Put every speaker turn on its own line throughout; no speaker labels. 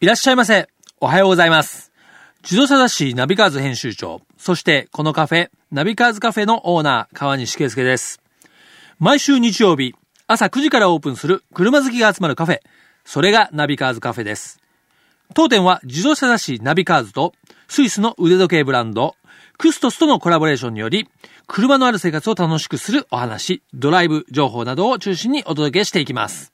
いらっしゃいませ。おはようございます。自動車雑誌ナビカーズ編集長、そしてこのカフェ、ナビカーズカフェのオーナー、川西圭介です。毎週日曜日、朝9時からオープンする車好きが集まるカフェ。それがナビカーズカフェです。当店は自動車雑誌ナビカーズとスイスの腕時計ブランドクストスとのコラボレーションにより車のある生活を楽しくするお話、ドライブ情報などを中心にお届けしていきます。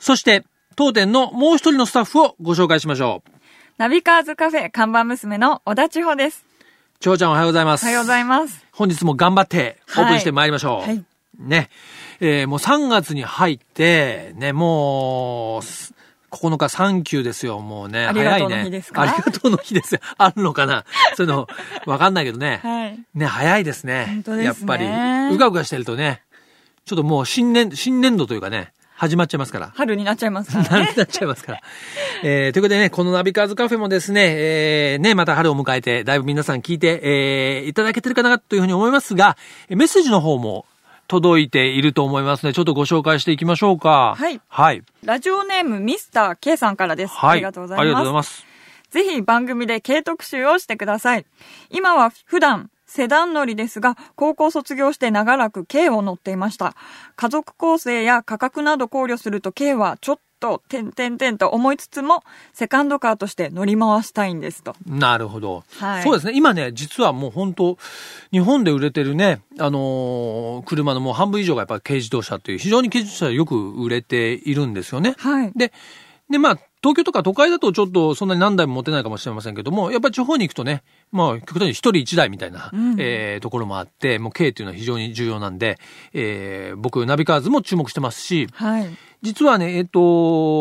そして当店のもう一人のスタッフをご紹介しましょう。
ナビカーズカフェ看板娘の小田千穂です。
ちょうちゃんおはようございます。
おはようございます。
本日も頑張ってオ
はい
ープンしてまいりましょう。
はい
ね。えーもう3月に入って、ね、もう、す9日サンキューですよ、もうね。
ありがとうの
早いね
日ですか
ありがとうの日ですよ。 あるのかなそういうの、わかんないけどね。
はい。
ね、早いですね。
本当ですね
やっぱり、うかうかしてるとね、ちょっともう新年、新年度というかね、始まっちゃいますから。
春になっちゃい ます から
な
ね。
になっちゃいますから。えー、ということでね、このナビカーズカフェもですね、えー、ね、また春を迎えて、だいぶ皆さん聞いて、えー、いただけてるかなというふうに思いますが、えメッセージの方も届いていると思いますので、ちょっとご紹介していきましょうか。
はい
はい。
ラジオネームミスター K さんからです。
はい。
ありがとうござい
ありが
ま
とう
す
ござい。ます。
ぜひ番組で軽特集をしてください。今は普段、セダン乗りですが、高校卒業して長らく軽を乗っていました。家族構成や価格など考慮すると軽はちょっと、てんてんてんと思いつつも、セカンドカーとして乗り回したいんですと。
なるほど、
はい
そうですね。今ね、実はもう本当、日本で売れてるね、あのー車のもう半分以上がやっぱ軽自動車という、非常に軽自動車よく売れているんですよね。
はい。
で、で、まあ、東京とか都会だとちょっとそんなに何台も持てないかもしれませんけども、やっぱり地方に行くとね、まあ、極端に一人一台みたいな、
ん
えーところもあって、もう軽っていうのは非常に重要なんで、えー僕、ナビカーズも注目してますし、
はい。
実はね、えっ、と、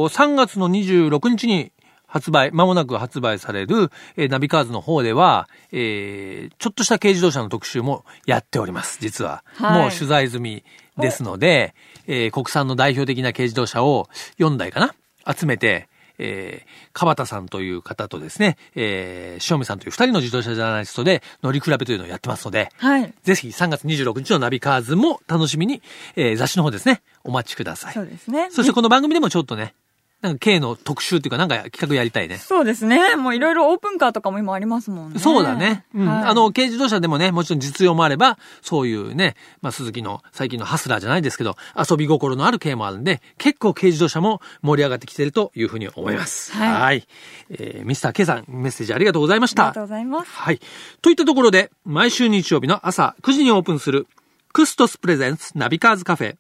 3月の26日に発売、間もなく発売される、えーナビカーズの方では、えーちょっとした軽自動車の特集もやっております、実は。
はい
もう取材済みですので、えー国産の代表的な軽自動車を4台かな集めて、えー、川田さんという方とですね、えー、塩見さんという2人の自動車ジャーナリストで乗り比べというのをやってますので、
はい。
ぜひ3月26日のナビカーズも楽しみに、えー雑誌の方ですね、お待ちください
そ。うですね。
そしてこの番組でもちょっとね、なんか K の特集っていうかなんか企画やりたいね。
そうですね。もういろいろオープンカーとかも今ありますもんね。
そうだね。うん。
はい
あの、、軽自動車でもね、もちろん実用もあれば、そういうね、まあ、鈴木の最近のハスラーじゃないですけど、遊び心のある軽もあるんで、結構軽自動車も盛り上がってきてるというふうに思います。
はい
えー、ミスター K さん、メッセージありがとうございまし
あり
た。
がとうございます。
はい。といったところで、毎週日曜日の朝9時にオープンする、クストスプレゼンツナビカーズカフェ、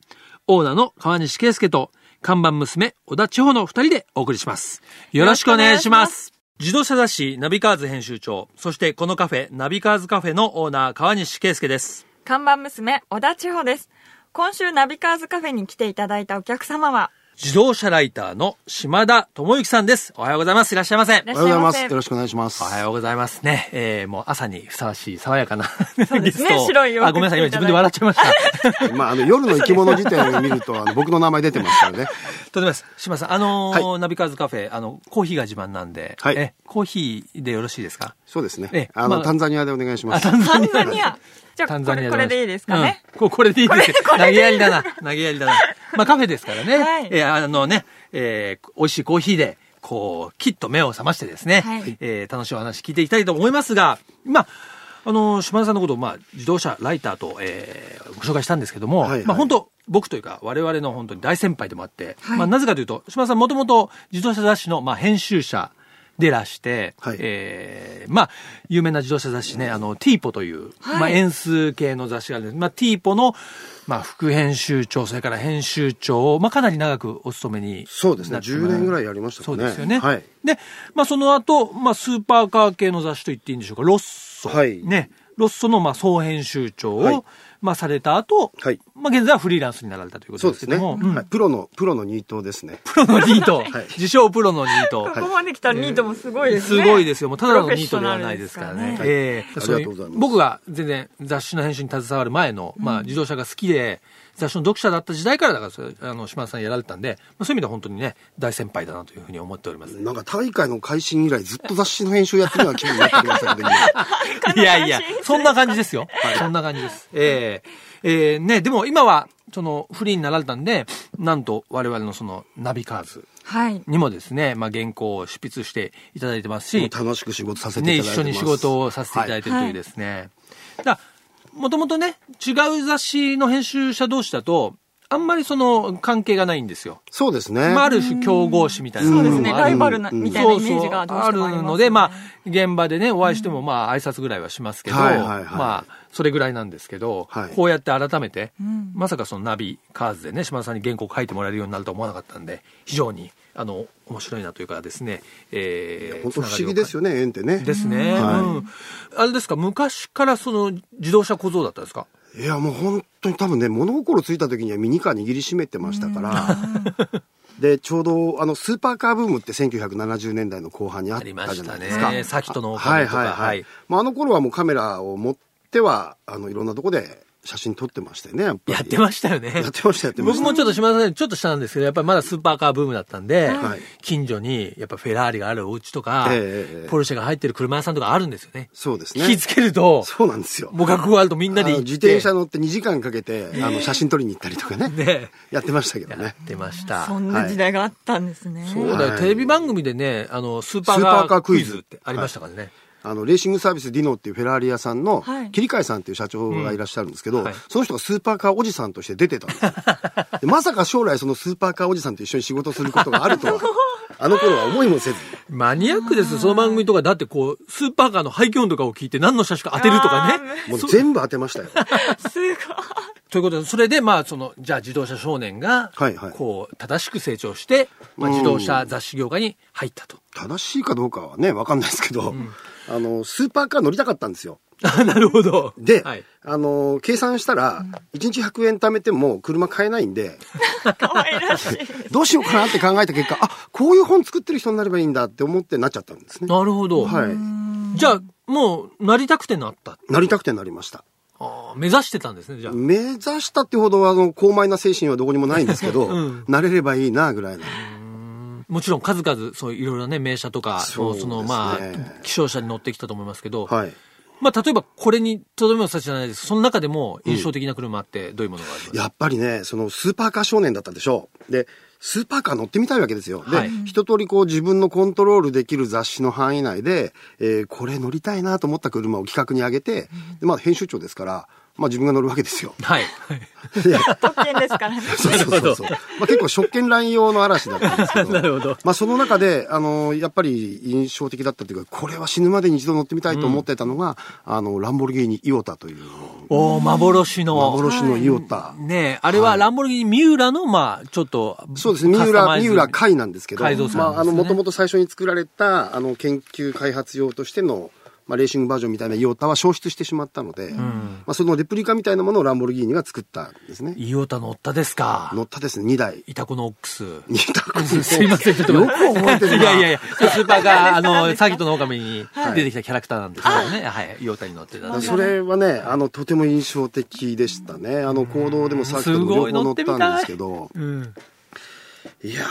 オーナーの川西圭介と、看板娘、小田千穂の二人でお送りします。よろしくお願いします。自動車雑誌ナビカーズ編集長、そしてこのカフェ、ナビカーズカフェのオーナー、川西圭介です。
看板娘、小田千穂です。今週ナビカーズカフェに来ていただいたお客様は、
自動車ライターの島田智之さんです。おはようございます。いらっしゃいませ。
らっ
お
し
は
ゃ
よう
いま
ございま
せ
す。よろしくお願いします。
おはようございますね。えー、もう朝にふさわしい爽やかな
う
ゲ
で
ス
す
トを。
ね白い洋服
あ、ごめんなさい。今
着て
自
いただいて
分で笑っちゃいました。
まあ、あの、夜の生き物辞典を見ると、あの、僕の名前出てますから ね。
とてもです。島さん、あのーナビカーズカフェ、あの、コーヒーが自慢なんで、
はい
え、コーヒーでよろしいですか
そうですね。
ええ
あの、
まあ
タンザニアでお願いします。
ン
タンザニア。じゃ
タ
あ、
ン
こ
ザニア
れ、
で
これでいいですかね。、
うんここれでいいですよ
これこ
投
れ
げやりだな。投げやりだな。まあカフェですからね。
はい
えーあのね、えー美味しいコーヒーで、こう、きっと目を覚ましてですね、
はい
えー楽しいお話聞いていきたいと思いますが、まあ、あのー、島田さんのことを、まあ、自動車ライターと、えーご紹介したんですけども、
はいはい
まあ本当僕というか、我々の本当に大先輩でもあって、
はい
まあなぜかというと、島田さんもともと自動車雑誌の、まあ、編集者でらして、
はい
えーまあ、有名な自動車雑誌ね、あの、ティーポという、
はい
まあ、円数系の雑誌があるんです。まあ、ティーポの、まあ、副編集長、それから編集長を、まあ、かなり長くお勤めに。
そうですね
なってもら
10年ぐらいやりましたかね
そうですよね。
はい
で、まあ、その後、まあ、スーパーカー系の雑誌と言っていいんでしょうか、ロッソ。
はい
ね。ロッソの、まあ、総編集長を、
はい
まあ、された後、
はい
まあ、現在はフリーランスになられたということ
そう
で
ですす
けど
ね。
も、うん
はいプロの、プロのニートですね。
プロの ニート、
い
自称プロのニート。
ここまで来たニートもすごいですね。
すごいですよ。もうただのニートではないですからね。
はい
ええ
ありがとうございます
それ僕が全然雑誌の編集に携わる前の、まあ自動車が好きで、雑誌の読者だった時代からだからそれ、あの、島田さんやられてたんで、まあ、そういう意味では本当にね、大先輩だなというふうに思っております。
なんか大会の開始以来ずっと雑誌の編集やってるような気分になってきました けど、今
いやいや、そんな感じですよ。そんな感じです。ええええね、でも今は、その、フリーになられたんで、なんと我々のその、ナビカーズ。
はい。
にもですね、まあ、原稿を執筆していただいてます
も
し
う、楽しく仕事させて
ね、
いた
一
だい
緒
てます。
に仕事をさせていただいてるというですね。だもともとね、違う雑誌の編集者同士だと、あんまりその関係がないんですよ。
そうですね。
まあ、ある種競合誌みたいな
そう
もの
ですね。
もあ
ラ
る
イバルな
うん
みたいな
そう
イメ
そう
ージがどうし
あ
てもあります、ね。
るので、まあ、現場でね、お会いしても、まあ、挨拶ぐらいはしますけど、
はいはいはい
まあ、それぐらいなんですけど、
はい
こうやって改めて、
ん
まさかそのナビカーズでね、島田さんに原稿を書いてもらえるようになるとは思わなかったんで、非常に、あの、面白いなというかですね、えー、
本当不思議です
よ。
よね、縁ってね。
ですね、
はい
うん。あれですか、昔からその自動車小僧だったんですか
いや、もう本当に多分ね、物心ついた時にはミニカー握りしめてましたから、 で、ちょうど、あの、スーパーカーブームって1970年代の後半にあったじゃないです
あ
か。
りましたねサキットのお
は
金
い
とか
はいは
はい
い。まあ、あの頃はもうカメラを持っては、あの、いろんなとこで写真撮ってましたよね、やっぱり。
やってましたよね。
やってました、やってました。
僕もちょっと島田さんよりちょっと下なんですけど、やっぱりまだスーパーカーブームだったんで、
はい
近所にやっぱフェラーリがあるお家とか、
ええええ
ポルシェが入ってる車屋さんとかあるんですよね。
そうですね。
引きつけると、
そうなんですよ。
もう学校あるとみんなで行
あの
って。
自転車乗って2時間かけて、あの、写真撮りに行ったりとかね。
ね、
やってましたけど
や
ね。
ってました。
そんな時代があったんですね。
そうだよ、
はい
テレビ番組でね、あの、スーパ
スーパ
ー
ー
カ
カ
ー
ー
ク
ク
イ
イ
ズ
ズ
ってありましたからね。
あのレーシングサービスディノっていうフェラーリ屋さんの
はい
桐飼さんっていう社長がいらっしゃるんですけど、
うんはい
その人がスーパーカーおじさんとして出てたんですよ でまさか将来そのスーパーカーおじさんと一緒に仕事することがあると はあの頃は思いもせず
マニアックですよ、その番組とか。だってこう、スーパーカーの排気音とかを聞いて何の車種か当てるとかね。
もう全部当てましたよ
すごい。
ということで、それで、まあ、その、じゃあ自動車少年が、
はいはい
こう、正しく成長して、まあ、
うん
自動車雑誌業界に入ったと。
正しいかどうかはねわかんないですけど、あのスーパーカー乗りたかったんですよ
あなるほど。
で、
はい。
あの計算したら1日100円貯めても車買えない んで
可愛らしい。
どうしようかなって考えた結果あこういう本作ってる人になればいいんだって思ってなっちゃったんですね
なるほど。
はい
じゃあ、もう、なりたくてなった。
なりたくてなりました
あー目指してたんですね、じゃあ。
目指したってほどあの高邁な精神はどこにもないんですけど、
うん
なれればいいなぐらいな
もちろん数々、そういろいろね、名車とか、
そう
そ
ですね
の、まあ、気象車に乗ってきたと思いますけど、
はい
まあ、例えばこれにとどめを刺しじゃないです。その中でも印象的な車ってどういうものがありますか、
やっぱりねそのスーパーカー少年だったでしょうでスーパーカー乗ってみたいわけですよで、
はい
一通りこう自分のコントロールできる雑誌の範囲内で、えーこれ乗りたいなと思った車を企画に上げてで、まあ、編集長ですから、まあ、自分が乗るわけですよ
はい。
で
特権で すからね。
そうそうそうそう。まあ、結構職権乱用の嵐だったんですけ ど。
なるほど
まあその中で、あのやっぱり印象的だったというか、これは死ぬまでに一度乗ってみたいと思ってたのが、あの、ランボルギーニイオタという、
おー幻の。
幻のイオタ。
ねえ、あれはランボルギーニ三浦の、まあ、ちょっと、
そうですね。
カ
三
スタマ
浦、
イズ
三浦海なんですけど、
改造さんですね
まあ、あの、もともと最初に作られた、あの、研究開発用としての、まあ、レーシングバージョンみたいなイオタは消失してしまったので、まあ、そのレプリカみたいなものをランボルギーニが作ったんですね。
イオタ乗ったですか。
乗ったですね、2台。
イタコのオックス。
二 択
すいません、ちょっと
よ
待
く
って。
覚えてるな。
いやいやいや、スーパ ーが、あの、サギとの狼に出てきたキャラクターなんですけどね、はい、イオタに乗ってたん
だから
で。
それはね、あの、とても印象的でしたね。あの、行動でもサーキットでも
すごい
両方乗
乗っ
って
みたい
たんですけど、
うん。
いや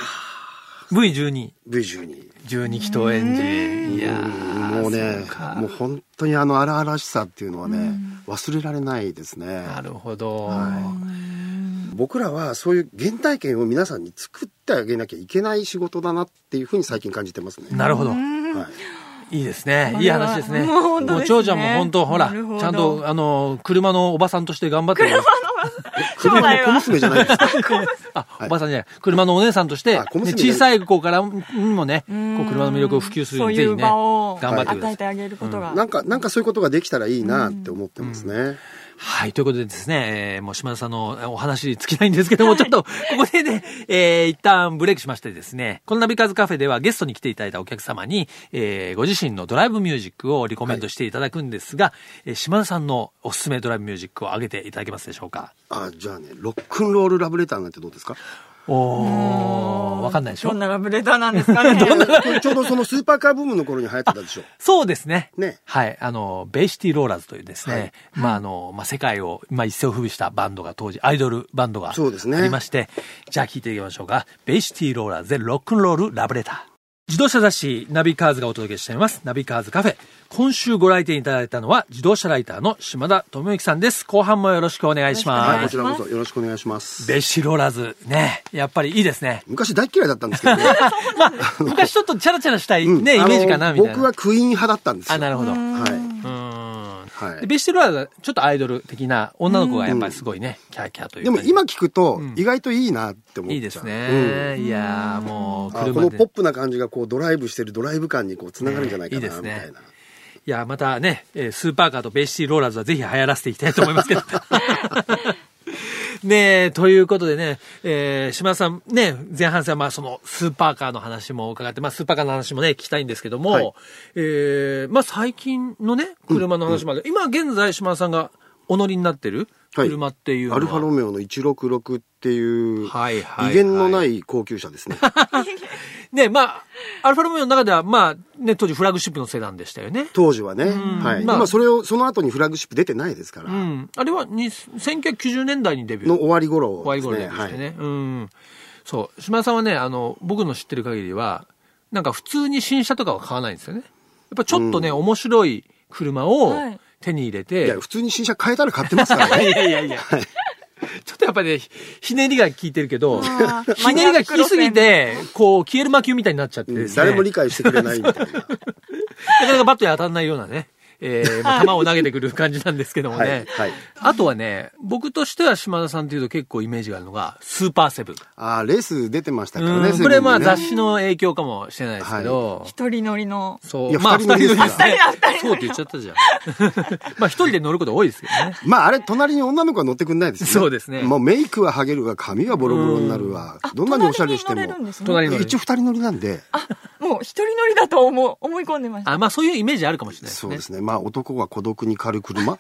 V12、
ー、V12。
12気筒エンジン。いやー
もうね
そうか、
もう本当にあの荒々しさっていうのはね、忘れられないですね。
なるほど。
僕らはそういう原体験を皆さんに作ってあげなきゃいけない仕事だなっていうふうに最近感じてますね。
なるほど。
はい
いいですね
これ。はい
い話ですね。
もう本当ですね
もう長者も本当、ほら、
な
ち
るほど
ゃんと、あの、車のおばさんとして頑張ってます。
将来
小
は。
娘じゃないですか。
あ、おばさんじゃない。車のお姉さんとして、ね
あ小娘じゃない
小さい子からもね、こう車の魅力を普及するように、ぜ
そうい
ひ
う
ね、
場を
頑張ってくだ
与
さい
えて。あげることが。
な んか、なんかそういうことができたらいいなって思ってますね。
はい、ということでですね、えーもう島田さんのえーお話に尽きないんですけども、ちょっと、ここでね、 えー一旦ブレイクしましてですね、このナビカーズカフェではゲストに来ていただいたお客様に、えーご自身のドライブミュージックをリコメントしていただくんですが、えー島田さんのおすすめドライブミュージックを挙げていただけますでしょうか
あ、じゃあね、ロックンロールラブレターなんてどうですか
おー、わかんないでしょ
どんなラブレターなんです かね。
これちょうどそのスーパーカーブームの頃に流行ってたでしょ。
そうですね。
ね
はい。あの、ベイシティローラーズというですね、
はい
まあ、あの、まあ、世界を、まあ、一世を風靡したバンドが当時、アイドルバンドがあ
そうですね
りまして、じゃあ聞いていきましょうか。ベイシティローラーズでロックンロールラブレター。自動車雑誌ナビカーズがお届けしています。ナビカーズカフェ。今週ご来店いただいたのは自動車ライターの島田智之さんです。後半もよろしくお願いし
はい、
ま
こ
す。
ちらこそよろしくお願いします。
べしローラーズね。やっぱりいいですね。
昔大嫌いだった んですけどね。
まあ、昔ちょっとチャラチャラしたいね、イ
あの
メージかな、みたいな。
僕はクイーン派だったんですよ。
あ、なるほど。う
は
ん。
い。は
で
い。
ベシテローラーズはちょっとアイドル的な女の子がやっぱりすごいね、キャーキャーという
で
か
も
ね
今聞くと、意外といいなって思っちゃう。
いいですね。いやーもう、
うん。あ
車
この
で
ポップな感じがこうドライブしてるドライブ感にこうつながるんじゃない
ね
か
いいで
な
す
み
ね
たいな。
いや、またね、えースーパーカーとベイシティローラーズはぜひ流行らせていきたいと思いますけど。 ねえ、ということでね、えー島田さん、ね、前半戦はまあそのスーパーカーの話も伺って、まあスーパーカーの話もね、聞きたいんですけども、
はい
えーまあ最近のね、車の話まで、今現在島田さんがお乗りになってる
はい
車っていうの
ア
は、
ルファロメオの166っていう、
はいはいはい
威厳のない高級車です ね。
ね、まあ、アルファロメオの中では、まあ、ね、当時フラッグシップのセダンでしたよね。
当時はね。はい。
まあ
今それを、その後にフラッグシップ出てないですか
う
ら、
ん。あれはに1990年代にデビュー。
の終わり頃
怖い
です
頃で
ね。
したね。
はい。
うん。そう。島田さんはね、あの、僕の知ってる限りは、なんか普通に新車とかは買わないんですよね。やっぱちょっとね、面白い車を
はい
手に入れ
い
て、
や、普通に新車変えたら買ってますからね。
いやいやいや。ちょっとやっぱりね、ひひねりが効いてるけど、
あ ー
ひねりが効きすぎて、こう、消える魔球みたいになっちゃってですね。
誰も理解してくれないみたいな。
なかなかバットに当たらないようなね、えー まあ球を投げてくる感じなんですけどもね。
はいはい
あとはね、僕としては島田さんっていうと結構イメージがあるのが、スーパーセブン。
ああ、レース出てましたからね。
うんこ
セブ
れ
ンにね
まあ雑誌の影響かもしれないですけど、
一人乗りの。
そう
いや
まあ
二人乗りですか
二人
ら
乗りですねそうって言っちゃったじゃん まあ一人で乗ること多いですけどね
まああれ、隣に女の子は乗ってくんないですよね。
そうですね
もうメイクはハゲるわ、髪はボロボロになるわ。どんなにおしゃれして
隣に乗れるん
も。
ですね
隣に乗れる
一応二人乗りなんで、
もう一人乗りだと思う、思い込んでました。
あまあそういうイメージあるかもしれないです
そ
ね
うですね。まあ男は孤独に狩る車。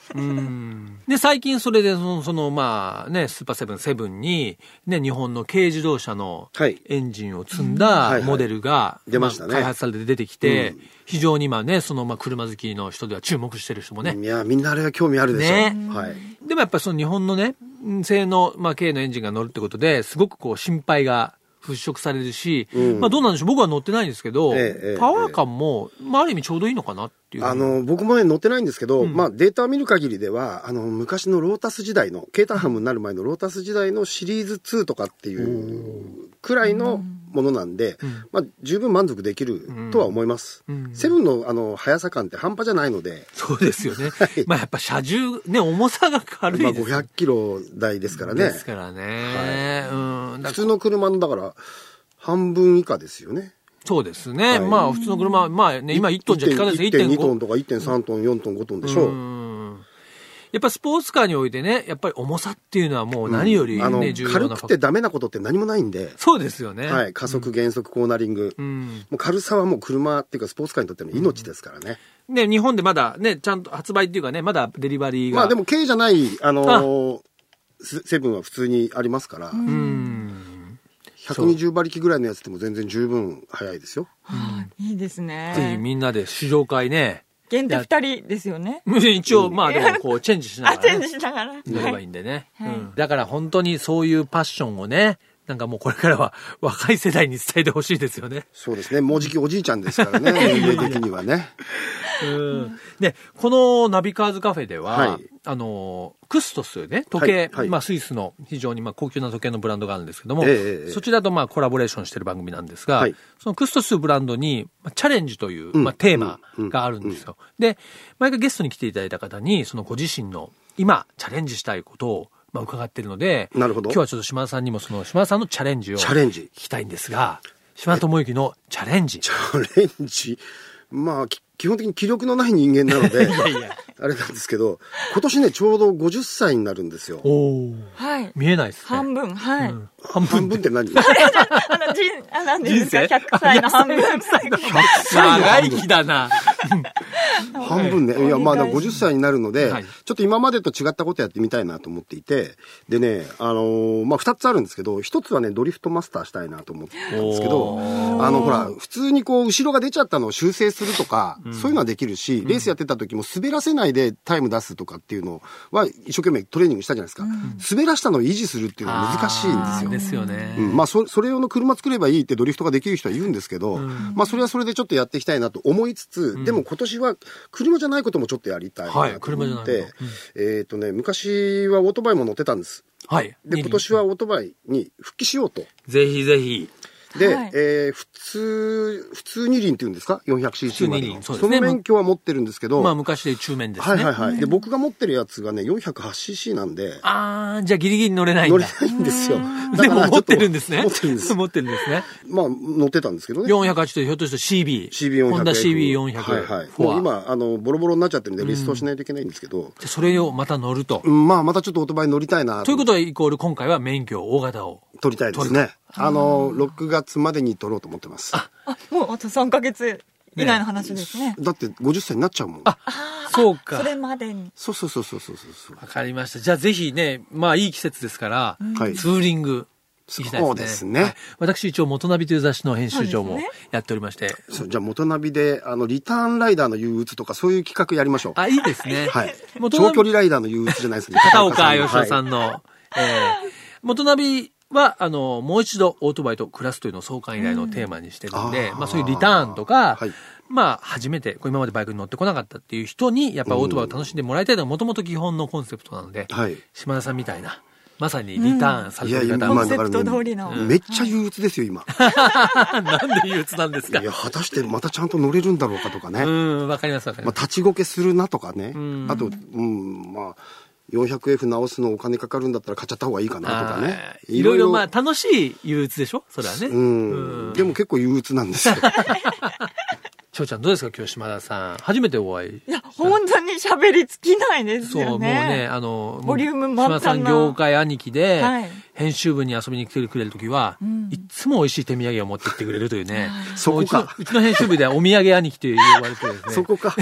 で最近それでそのそのまあねスーパーセブンセブンにね日本の軽自動車の
はい
エンジンを積ん
はい
だ
はい
モデルが
出ましたね
あ開発されて出てきて非常に今ねそのまあ車好きの人では注目してる人もね
いや、みんなあれは興味あるでしょ。
ね
はい。
でもやっぱりその日本のね、性の、まあ、軽のエンジンが乗るってことですごくこう心配が払拭されるし、
うん
まあどうなんでしょう僕は乗ってないんですけど、
ええええ
パワー感も、まあある意味ちょうどいいのかなっていう。
あ、の、僕もね、乗ってないんですけど、
ん
まあデータを見る限りでは、あの、昔のロータス時代の、ケータハムになる前のロータス時代のシリーズ2とかっていうくらいのものなんで、まあ十分満足できるとは思います。
うん
セブンのあの、速さ感って半端じゃないので、
そうです よね。まあやっぱ車重、ね、重さが軽い
まあ
です,、
500キロ台ですからね。
ですからね。うん。だ
普通の車のだから半分以下ですよね。
そうですね。
はい
まあ普通の車、まあね、今1トンじゃ効かないです
1.2
1.5
トンとか1.3トン、4トン、5トンでしょう。
うんやっぱスポーツカーにおいてね、やっぱり重さっていうのはもう何よりね、
あの
重要な
軽
ファ
く
ク
てダメなことって何もないんで、
そうですよね。
はい、加速、減速、コーナリング、
う
も
ん。
う軽さはもう車っていうかスポーツカーにとっての命ですからね、
ね、日本でまだね、ちゃんと発売っていうかね、まだデリバリーが。
まあでも軽じゃない、あのーセセブンは普通にありますから、
うん。
120馬力ぐらいのやつでも全然十分速いですよ
はいいいですね。
ぜひみんなで試乗会 ね。
限定二人ですよね。
一応、まあでもこう、チェンジしな
あ、
が
チェ
ら
ンジ
ね。
しながら。
乗れば
はい
い
い。
んでね、
はい
うんだから本当にそういうパッションをね、なんかもうこれからは若い世代に伝えてほしいですよね。
そうですねもうじきおじいちゃんですから ね年齢的にはね
うん。で、このナビカーズカフェでは、
はい
あの、クストスというね、時計、
はいはい
まあスイスの非常にまあ高級な時計のブランドがあるんですけども、
ええええ
そちらとまあコラボレーションしてる番組なんですが、
はい
そのクストスというブランドにまあチャレンジという、
ん
まあ、テーマがあるんですよ。で、毎回ゲストに来ていただいた方に、そのご自身の今チャレンジしたいことをまあ伺ってるので、
なるほど
今日はちょっと島田さんにもその島田さんのチャレンジを
チャレン
聞
ジ
きたいんですが、島田智之のチャレンジ。
チャレンジ、まあ、き基本的に気力のない人間なので、
いや
あれなんですけど、今年ね、ちょうど50歳になるんですよ。
おー
はい。
見えないですね。
半分、はい。
うん半分
半分って何
あの、人、あ、なんていうん
人
ですか、
生
100歳の半分。
長生きだな。
ほど
半分ね。
はい
いや、まあ、
折
だ
り
か
返
ら
し
50歳になるので、
はい
ちょっと今までと違ったことやってみたいなと思っていて、でね、あのーまあ、2つあるんですけど、1つはね、ドリフトマスターしたいなと思ってたんですけど
お、
あの、ほら、普通にこう、後ろが出ちゃったのを修正するとか、そういうのはできるし、レースやってた時も滑らせないでタイム出すとかっていうのは、一生懸命トレーニングしたじゃないですか。滑らしたのを維持するっていうのは難しいんですよ。
ですよね。
うんまあそ、それ用の車作ればいいってドリフトができる人は言うんですけど、まあ、それはそれでちょっとやっていきたいなと思いつつ、でも今年は車じゃないこともちょっとやりたいなと思って、
はい車じゃないこと
えっ、とね、昔はオートバイも乗ってたんです。
はい。
で、今年はオートバイに復帰しようと。
ぜひぜひ。
で、
はい
えー普通、普通二輪っていうんですか ?400cc まで
普通二輪
の。
そ
そう
ですね
の免許は持ってるんですけど、
まあ昔で中面です
はい
ね。
はいはい。で、僕が持ってるやつがね、408cc なんで、
あー、じゃあギリギリ乗れないん
乗れ
だ。
ないんですよ。
で
だか
も
らち
持
ょ
っ
と
てるんですね。
持ってるんです。
持ってるんですね。
まあ、乗ってたんですけどね。
408とひょっとして CB。
CB400。
ホンダ CB400。
はいはい。
フォ
も
ア
う今、あの、ボロボロになっちゃってるんで、リストしないといけないんですけど、
じゃあそれをまた乗ると
う。んまあ、またちょっとオートバイ乗りたいな。
ということはイコール今回は免許大型を。
取りたいですね。あの、6月までに取ろうと思ってます。
あもうあと3ヶ月以内の話ですね
だって50歳になっちゃうもん。
あそうか
そ。れまでに
そうそうそうそうそうそう。
わかりました。じゃあぜひね、まあいい季節ですから、
はい
ツーリング。行きたい
そうですね
はい私一応元ナビという雑誌の編集長
そう
も
ですね
やっておりまして。
そうじゃあ、元ナビで、あの、リターンライダーの憂鬱とか、そういう企画やりましょう。
あ、いいですね。
はい。
元ナ
長
ビ
距離ライダーの憂鬱じゃないですね。
片岡義夫さ
ん。
んの、えー元ナビは、あの、もう一度オートバイと暮らすというのを創刊以来のテーマにしてるんで、
うんあー
まあそういうリターンとか、
はい
まあ初めて、こう今までバイクに乗ってこなかったっていう人に、やっぱオートバイを楽しんでもらいたいのがもともと基本のコンセプトなので、
はい。はい
島田さんみたいな、まさにリターンされ
い
て
や、
る
今、
方
コ
は、
ンセプト通りの
まあだからねめっちゃ憂鬱です よ、今。
なんで憂鬱なんですか
いや、果たしてまたちゃんと乗れるんだろうかとかね
う。ん、わかりますわかり
まあ
ま、す。
立ちこけするなとかね、
ん
あと、うん、まあ、400F 直すのお金かかるんだったら買っちゃった方がいいかなとかね
あ。ーいろいろまあ楽しい憂鬱でしょそれはね。
う
うん
ん、でも結構憂鬱なんです よ。
翔ちゃんどうですか今日島田さん。初めてお会い
いや本当に喋り尽きないです
そう、
よね
もうね、あの、
ボリューム
島
満
田さ
タ
ん
ンな
業界兄貴で、
はい
編集部に遊びに来てくれるときは、いっつも美味しい手土産を持ってきてくれるというね。
そこか
うちのうちの編集部ではお土産兄貴と呼ばれてるんですね。
そこか。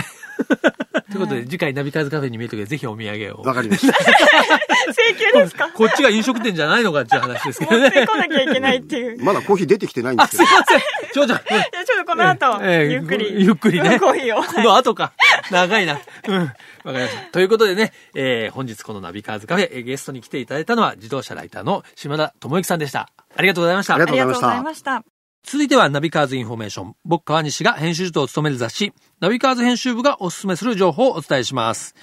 ということで、次回ナビカーズカフェに見えるときはぜひお土産を
わ。かり ました。
請求ですか
こっちが飲食店じゃないのかっていう話ですけ
持
ど
っ
ね。
てこなきゃいけないっていう
まだコーヒー出てきてないんで
あ、
す
す
け
い
ど
ま。せん。翔ちゃん。
いや、ちょっとこの後、
ええ
ゆっくり。
ゆっくり ね。
コーヒーを。
この後か。長いな。うん。わかりました。ということでね、えー本日このナビカーズカフェ、えーゲストに来ていただいたのは自動車ライターの島田智之さんでした。ありがとうございました
あり。が
あ
とう
り
ござ
が
い
とう
ま
ご
し
ざい
た。
ました。
続いてはナビカーズインフォメーション。僕川西が編集長を務める雑誌、ナビカーズ編集部がおすすめする情報をお伝えします。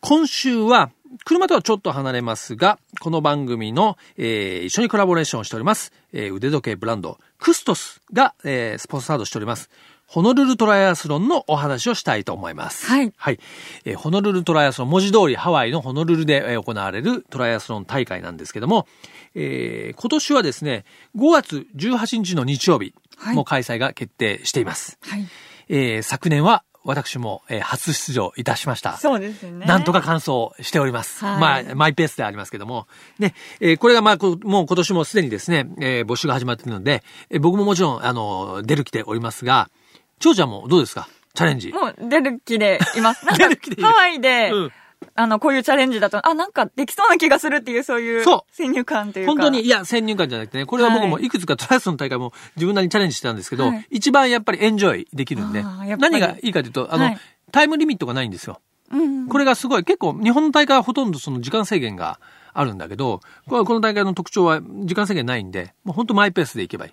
今週は、車とはちょっと離れますが、この番組の、えー一緒にコラボレーションをしております、えー腕時計ブランド、クストスが、えースポンサードしております。ホノルルトライアスロンのお話をしたいと思います。
はい
はい。えーホノルルトライアスロン、文字通りハワイのホノルルでえー行われるトライアスロン大会なんですけども、えー今年はですね、5月18日の日曜日
はい
も開催が決定しています。
はい。
えー昨年は私も、えー初出場いたしました。
そうですね。
なんとか。完走しております。
はい
まあ、マイペースではありますけども。ね、えーこれがまあ、こもう今年もすでにですね、えー募集が始まっているので、えー僕ももちろん、あの、出る気でおりますが、長ちゃんもどうですかチャレンジ。
もう出る気で います。なんか
出る気でいる
ハワイで、
うん
あの、こういうチャレンジだと、あ、なんかできそうな気がするっていう、そういう
そ
先入観というか。
本当に、いや、先入観じゃなくてね、これは僕も
はい
いくつかトライアスロン大会も自分なりにチャレンジしてたんですけど、
はい
一番やっぱりエンジョイできるんで、
あーやっぱ
何
り
がいいかというと、あの、
はい
タイムリミットがないんですよ。
うん。
これがすごい、結構、日本の大会はほとんどその時間制限があるんだけど、これこの大会の特徴は時間制限ないんで、もう本当マイペースでいけばいい。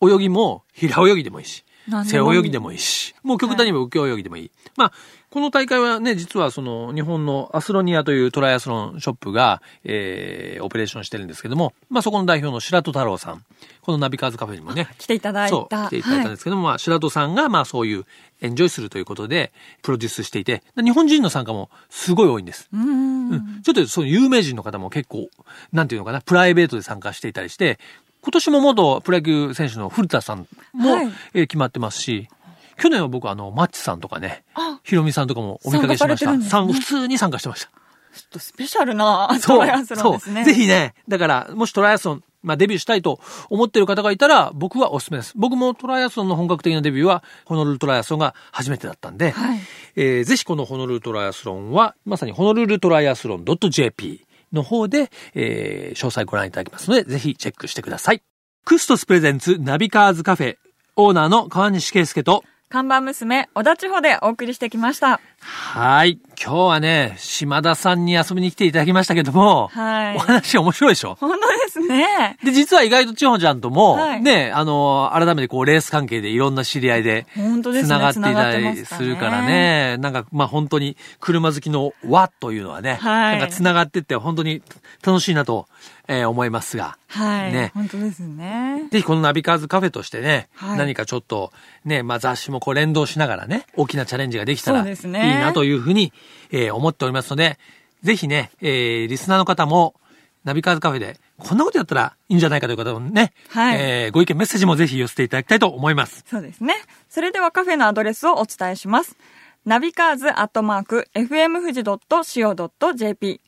泳ぎも、平泳ぎでもいいし
何、
背
でもいい
泳ぎでもいいし、もう極端にも浮世泳ぎでもいい。まあ、この大会はね、実はその日本のアスロニアというトライアスロンショップが、えー、オペレーションしてるんですけども、まあそこの代表の白戸太郎さん、このナビカーズカフェにもね、
来ていただいた。
そう、来ていただいたん
は
で
い
すけども、まあ、白戸さんが、まあ、そういう、エンジョイするということで、プロデュースしていて、で日本人の参加もすごい多いんです。
うんうんう。
うんん。ちょっと、その有名人の方も結構、なんていうのかな、プライベートで参加していたりして、今年も元プロ野球選手の古田さんも、
はい
えー決まってますし、去年は僕、あの、マッチさんとかね
あ、
ヒロミさんとかもお見かけしまし
参加されてる
た。
んですね
参普通に参加してました。
ちょっとスペシャルなトライアスロンですね。
ぜひね、だから、もしトライアスロンまあ、デビューしたいと思っている方がいたら、僕はおすすめです。僕もトライアスロンの本格的なデビューは、ホノルルトライアスロンが初めてだったんで、
はい
えーぜひこのホノルルトライアスロンは、まさにホノルルトライアスロン .jp の方で、えー詳細ご覧いただきますので、ぜひチェックしてください。クストスプレゼンツナビカーズカフェ、オーナーの川西圭介と、
看板娘、小田千穂でお送りしてきました。
はい。今日はね、島田さんに遊びに来ていただきましたけども、
はい
お話面白いでしょ
本当ですね。
で、実は意外と千穂ちゃんとも、
はい
ね、あの、改めてこう、レース関係でいろんな知り合いで、
本当ですね
つながっていた
つながっ
り
てま
す
すからね
るからね。なんか、まあ本当に、車好きの和というのはね、
はい
なんか繋がってって本当に楽しいなと、えー思いますが。
はい。
ね
本当ですね。
ぜひこのナビカーズカフェとしてね、
はい
何かちょっとね、まあ雑誌もこう連動しながらね、大きなチャレンジができた
そ
ら
う
い
で
い
すね
なというふうに、えー思っておりますので、ぜひね、えーリスナーの方も、ナビカーズカフェで、こんなことやったらいいんじゃないかという方もね、
はい
えーご意見メッセージもぜひ寄せていただきたいと思います。
そうですね。それではカフェのアドレスをお伝えします。ナビカーズアットマーク、fm 富士 .co.jp、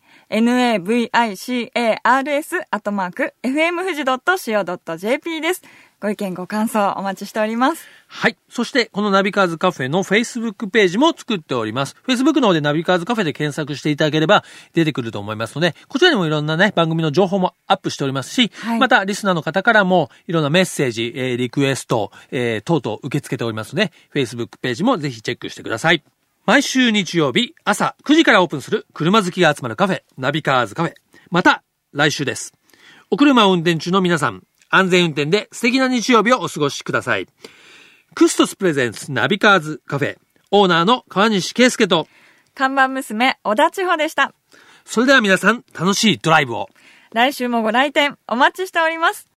navicars アットマーク、fm 富士 .co.jp です。ご意見、ご感想お待ちしております。
はい。そして、このナビカーズカフェの Facebook ページも作っております。Facebook の方でナビカーズカフェで検索していただければ出てくると思いますので、こちらにもいろんなね、番組の情報もアップしておりますし、
はい
また、リスナーの方からもいろんなメッセージ、えーリクエスト、えー等々受け付けておりますので、Facebook ページもぜひチェックしてください。毎週日曜日朝9時からオープンする車好きが集まるカフェ、ナビカーズカフェ。また、来週です。お車を運転中の皆さん、安全運転で素敵な日曜日をお過ごしください。クストスプレゼンツナビカーズカフェ、オーナーの川西圭介と、
看板娘、小田千穂でした。
それでは皆さん、楽しいドライブを。
来週もご来店お待ちしております。